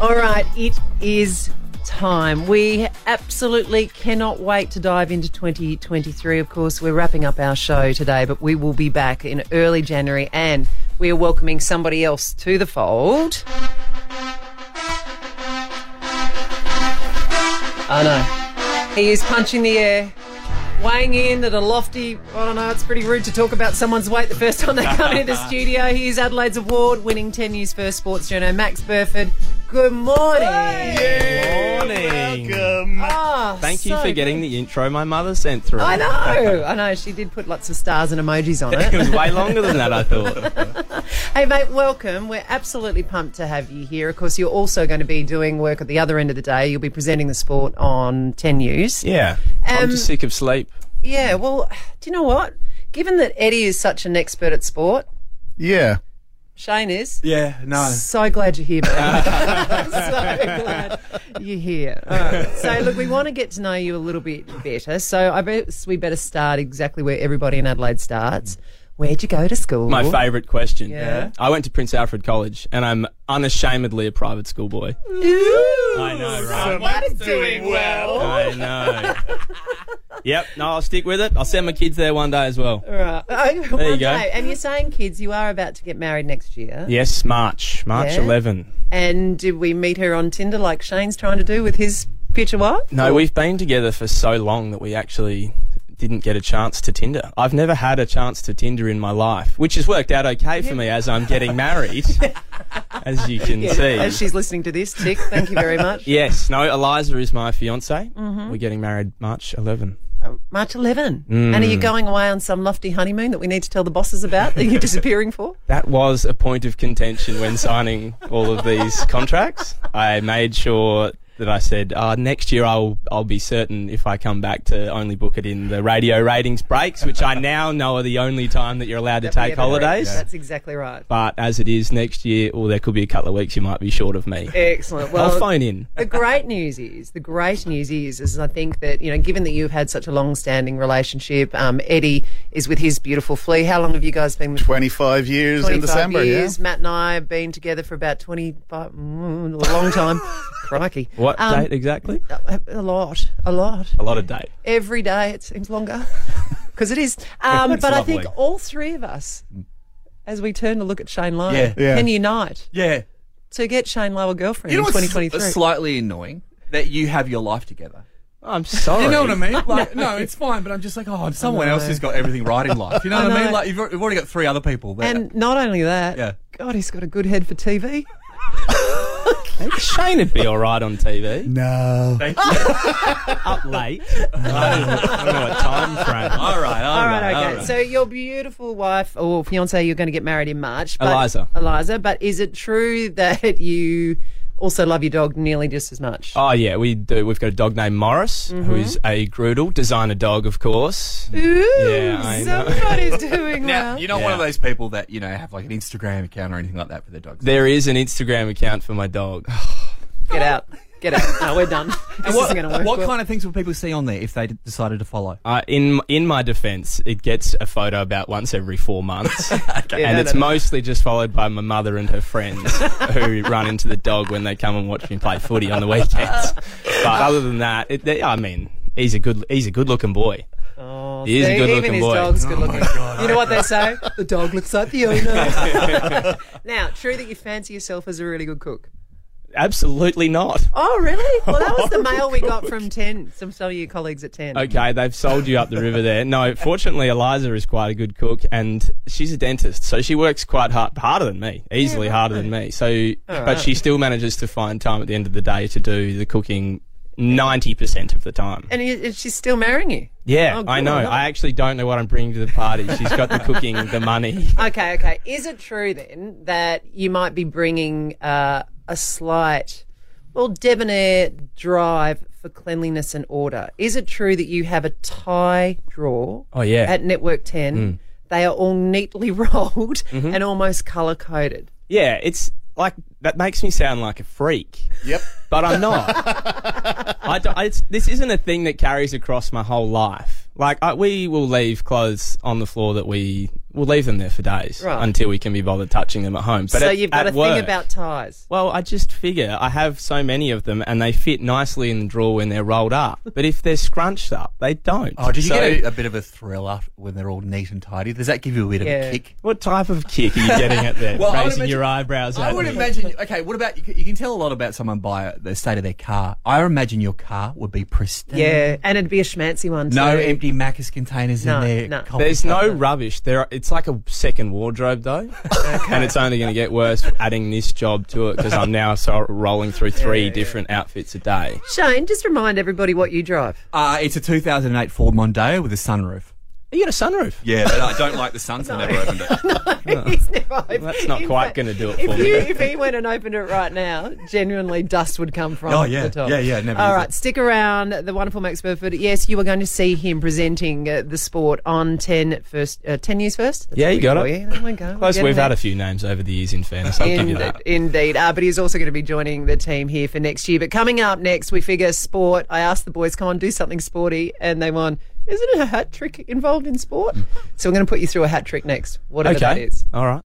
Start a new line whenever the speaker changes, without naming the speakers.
right, it is time. We absolutely cannot wait to dive into 2023. Of course, we're wrapping up our show today, but we will be back in early January and we are welcoming somebody else to the fold. I know. He is punching the air, weighing in at a lofty, I don't know, it's pretty rude to talk about someone's weight the first time they come into the studio. He is Adelaide's award winning 10 News First Sports Journo, Max Burford. Good morning.
Morning.
Ah,
Thank you
so
for getting
good.
the intro my mother sent through.
I know, I know. She did put lots of stars and emojis on
it was
it.
way longer than that, I thought.
hey, mate, welcome. We're absolutely pumped to have you here. Of course, you're also going to be doing work at the other end of the day. You'll be presenting the sport on 10 News. Um,
Yeah. I'm just sick of sleep.
Yeah, well, do you know what? Given that Eddie is such an expert at sport,
Yeah.
Shane is.
Yeah, no.
So glad you're here, mate. so glad you're here. All right. So, look, we want to get to know you a little bit better. So, I guess we better start exactly where everybody in Adelaide starts. Where'd you go to school?
My favourite question.
Yeah.
I went to Prince Alfred College and I'm unashamedly a private school boy. I know, right?
Someone's doing well.
I know. yep, no, I'll stick with it. I'll send my kids there one day as well.
Right. Oh,
There you
one
go.
day. And you're saying, kids, you are about to get married next year.
Yes, March. March
Yeah.
11.
And did we meet her on Tinder like Shane's trying to do with his future wife?
No, we've been together for so long that we actually didn't get a chance to Tinder. I've never had a chance to Tinder in my life, which has worked out okay for me as I'm getting married, as you can
As
see.
she's listening to this, Tick, thank you very much.
Yes, no, Eliza is my fiance. We're getting married March 11.
March 11.
Mm.
And are you going away on some lofty honeymoon that we need to tell the bosses about that you're disappearing for?
That was a point of contention when signing all of these contracts. I made sure that I said uh, next year I'll I'll be certain if I come back to only book it in the radio ratings breaks, which I now know are the only time that you're allowed to
That we
take
have agreed.
holidays.
That's exactly right.
But as it is next year, or there could be a couple of weeks you might be short of me.
Excellent. Eh, Well,
I'll phone in.
the great news is the great news is is I think that you know given that you've had such a long-standing relationship, um, Eddie is with his beautiful flea. How long have you guys been? with
25 years in
25
December.
years.
Yeah.
Matt and I have been together for about 25, mm, a long time. Crikey.
What
Um,
date exactly?
A, a lot, a lot.
A lot of date.
Every day it seems longer because it is. Um, but I think
lovely.
all three of us, as we turn to look at Shane Lowe,
Yeah.
Yeah.
can unite
Yeah.
to get Shane Lowe a girlfriend
You know
in
what's
2023.
slightly annoying? That you have your life together.
I'm sorry.
You know what I mean? Like, no. it's fine, but I'm just like, oh, I'm someone else who's got everything right in life. You know
I
what I
know.
mean? Like, you've, al- you've already got three other people there.
and not only that,
Yeah.
God, he's got a good head for TV.
Shane would be all right on TV.
No.
Up late. I don't know- I don't know what time frame.
all right, all,
All right, okay.
all right.
So your beautiful wife or fiance, you're going to get married in March. But,
Eliza.
Eliza. But is it true that you also love your dog nearly just as much?
Oh yeah, we do. We've got a dog named Morris,
Mm-hmm.
who is a Groodle, designer dog, of course.
Ooh,
Yeah, I know.
somebody's doing
now,
well.
you're not one of
Yeah.
those people that, you know, have like an Instagram account or anything like that for their dogs.
There is an Instagram account for my dog.
Get out. Get out. No, we're done. This
what
isn't going to work.
what
well.
kind of things will people see on there if they d- decided to follow?
Uh, in in my defence, it gets a photo about once every four months,
Yeah,
and
no,
it's
no, no.
mostly just followed by my mother and her friends who run into the dog when they come and watch me play footy on the weekends. But other than that, it, they, I mean, he's a good he's a good looking boy.
Oh,
He is a
see,
good-looking
even his
boy.
dog's good looking. you know what they say? The dog looks like the owner. now, true that you fancy yourself as a really good cook.
Absolutely not.
Oh, really? Well, that was the mail we got from 10, some, some of your colleagues at 10.
Okay, they've sold you up the river there. No, fortunately, Eliza is quite a good cook, and she's a dentist, so she works quite hard, harder than me, easily harder than me. So, but
right.
she still manages to find time at the end of the day to do the cooking ninety percent of the time.
And you- and she's still marrying you.
yeah,
Oh,
I
good
know.
on her.
I actually don't know what I'm bringing to the party. She's got the cooking, the money.
Okay, okay. Is it true then that you might be bringing uh, a slight, well, debonair drive for cleanliness and order? Is it true that you have a tie drawer?
Oh, yeah. Hmm.
At Network Ten, they are all neatly rolled
Mm-hmm.
and almost color coded.
Yeah, it's like that makes me sound like a freak.
Yep.
but I'm not. I don't- I- it's, this isn't a thing that carries across my whole life. Like I, we will leave clothes on the floor that we we'll leave them there for days
Right.
until we can be bothered touching them at home. But
so
at-
you've got
at
a thing
work-
about ties.
Well, I just figure I have so many of them, and they fit nicely in the drawer when they're rolled up. But if they're scrunched up, they don't.
Oh, did you
So-
get a, a bit of a thrill after when they're all neat and tidy? Does that give you a bit
Yeah.
of a kick?
What type of kick are you getting at there?
Well, I would
Raising
imagine-
your eyebrows.
I
at
would
me.
imagine. Okay, what about you? can- You can tell a lot about someone by the state of their car. I imagine your car would be pristine.
Yeah, and it'd be a schmancy one too.
No empty Macca's containers
No,
in there.
no.
coffee
There's no
cup.
rubbish. There, it's like a second wardrobe though, and it's only going to get worse adding this job to it because I'm now so rolling through three different outfits a day.
Shane, just remind everybody what you drive.
Uh, it's a 2008 Ford Mondeo with a sunroof.
You got a sunroof.
Yeah, but I don't like the sun, so I never opened it.
He's never opened-
That's not
in
quite
fact,
going to do it
If
for me.
you if he went and opened it right now, genuinely dust would come from
Oh,
it at
yeah.
the top.
Yeah, yeah, never
All
use
right,
it.
stick around. The wonderful Max Burford. Yes, you are going to see him presenting uh, the sport on 10 first uh, 10 years first. That's
Yeah,
what
you
we
got
call
it.
you. There we go.
Plus,
We're
we've
getting
had
there.
a few names over the years. In fairness, I'll give you
Indeed,
that.
indeed. Uh, but he's also going to be joining the team here for next year. But coming up next, we figure sport. I asked the boys, come on, do something sporty. And they won. Isn't it a hat trick involved in sport? So we're going to put you through a hat trick next, whatever that
Okay.
is.
All right.